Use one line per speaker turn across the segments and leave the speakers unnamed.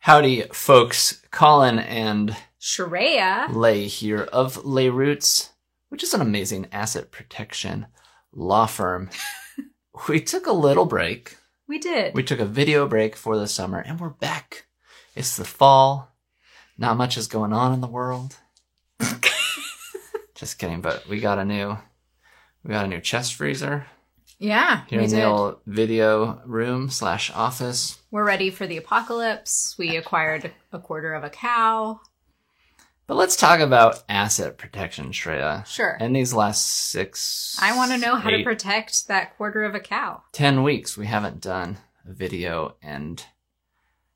Howdy, folks. Colin and
Shreya.
Lay here of Lay Roots, which is an amazing asset protection law firm. we took a little break.
We did.
We took a video break for the summer and we're back. It's the fall. Not much is going on in the world. Just kidding, but we got a new we got a new chest freezer
yeah,
here
we
in the
did.
old video room slash office.
We're ready for the apocalypse. We acquired a quarter of a cow.
But let's talk about asset protection, Shreya.
Sure.
In these last six,
I want to know how to
eight,
protect that quarter of a cow.
ten weeks. We haven't done a video, and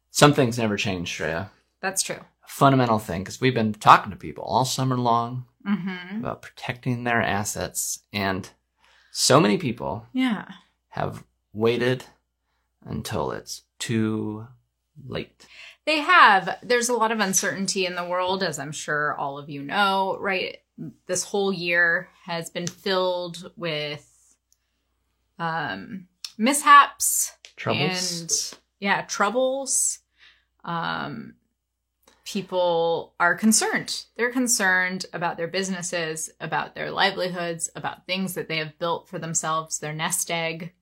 some things never change, Shreya.
That's true.
Fundamental thing, because we've been talking to people all summer long
Mm-hmm.
about protecting their assets, and so many people
Yeah.
have waited until it's too late.
They have. There's a lot of uncertainty in the world, as I'm sure all of you know, right? This whole year has been filled with um, mishaps,
Troubles.
and yeah troubles um people are concerned they're concerned about their businesses about their livelihoods about things that they have built for themselves their nest egg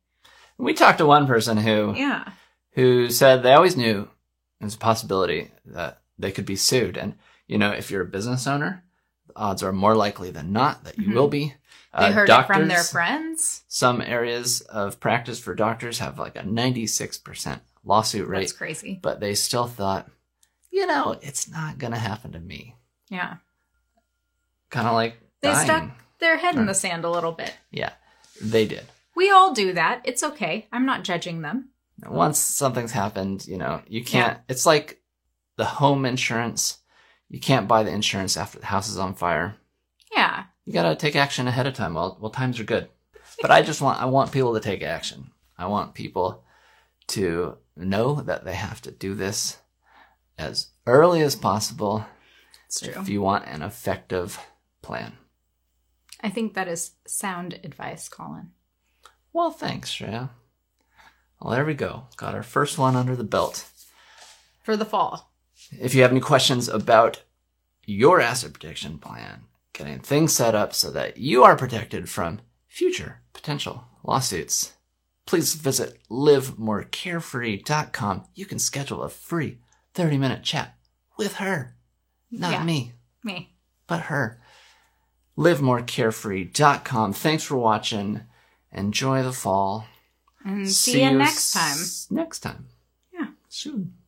we talked to one person who
yeah
who said they always knew there's a possibility that they could be sued. And, you know, if you're a business owner, the odds are more likely than not that you
Mhm.
will be.
they
Uh,
heard
doctors,
it from their friends
Some areas of practice for doctors have like a 96% lawsuit rate,
that's crazy
but they still thought, you know, it's not going to happen to me.
yeah
Kind of like
They
dying.
stuck- their head in the sand a little bit
Yeah, they did.
we all do that it's okay i'm not judging them
once something's happened, you know, you can't. It's like the home insurance. You can't buy the insurance after the house is on fire.
yeah
You gotta take action ahead of time. Well, well, times are good, but I just want I want people to take action. I want people to know that they have to do this as early as possible
it's true
if you want an effective plan.
i think that is sound advice colin
Well, thanks, Shreya. Well, there we go. Got our first one under the belt.
for the fall
If you have any questions about your asset protection plan, getting things set up so that you are protected from future potential lawsuits, please visit livemorecarefree.com. You can schedule a free 30 minute chat with her, not
Yeah.
me,
me
but her. Livemorecarefree.com. Thanks for watching. Enjoy the fall.
and Mm, see, you next time
s- Next time.
Yeah.
Soon.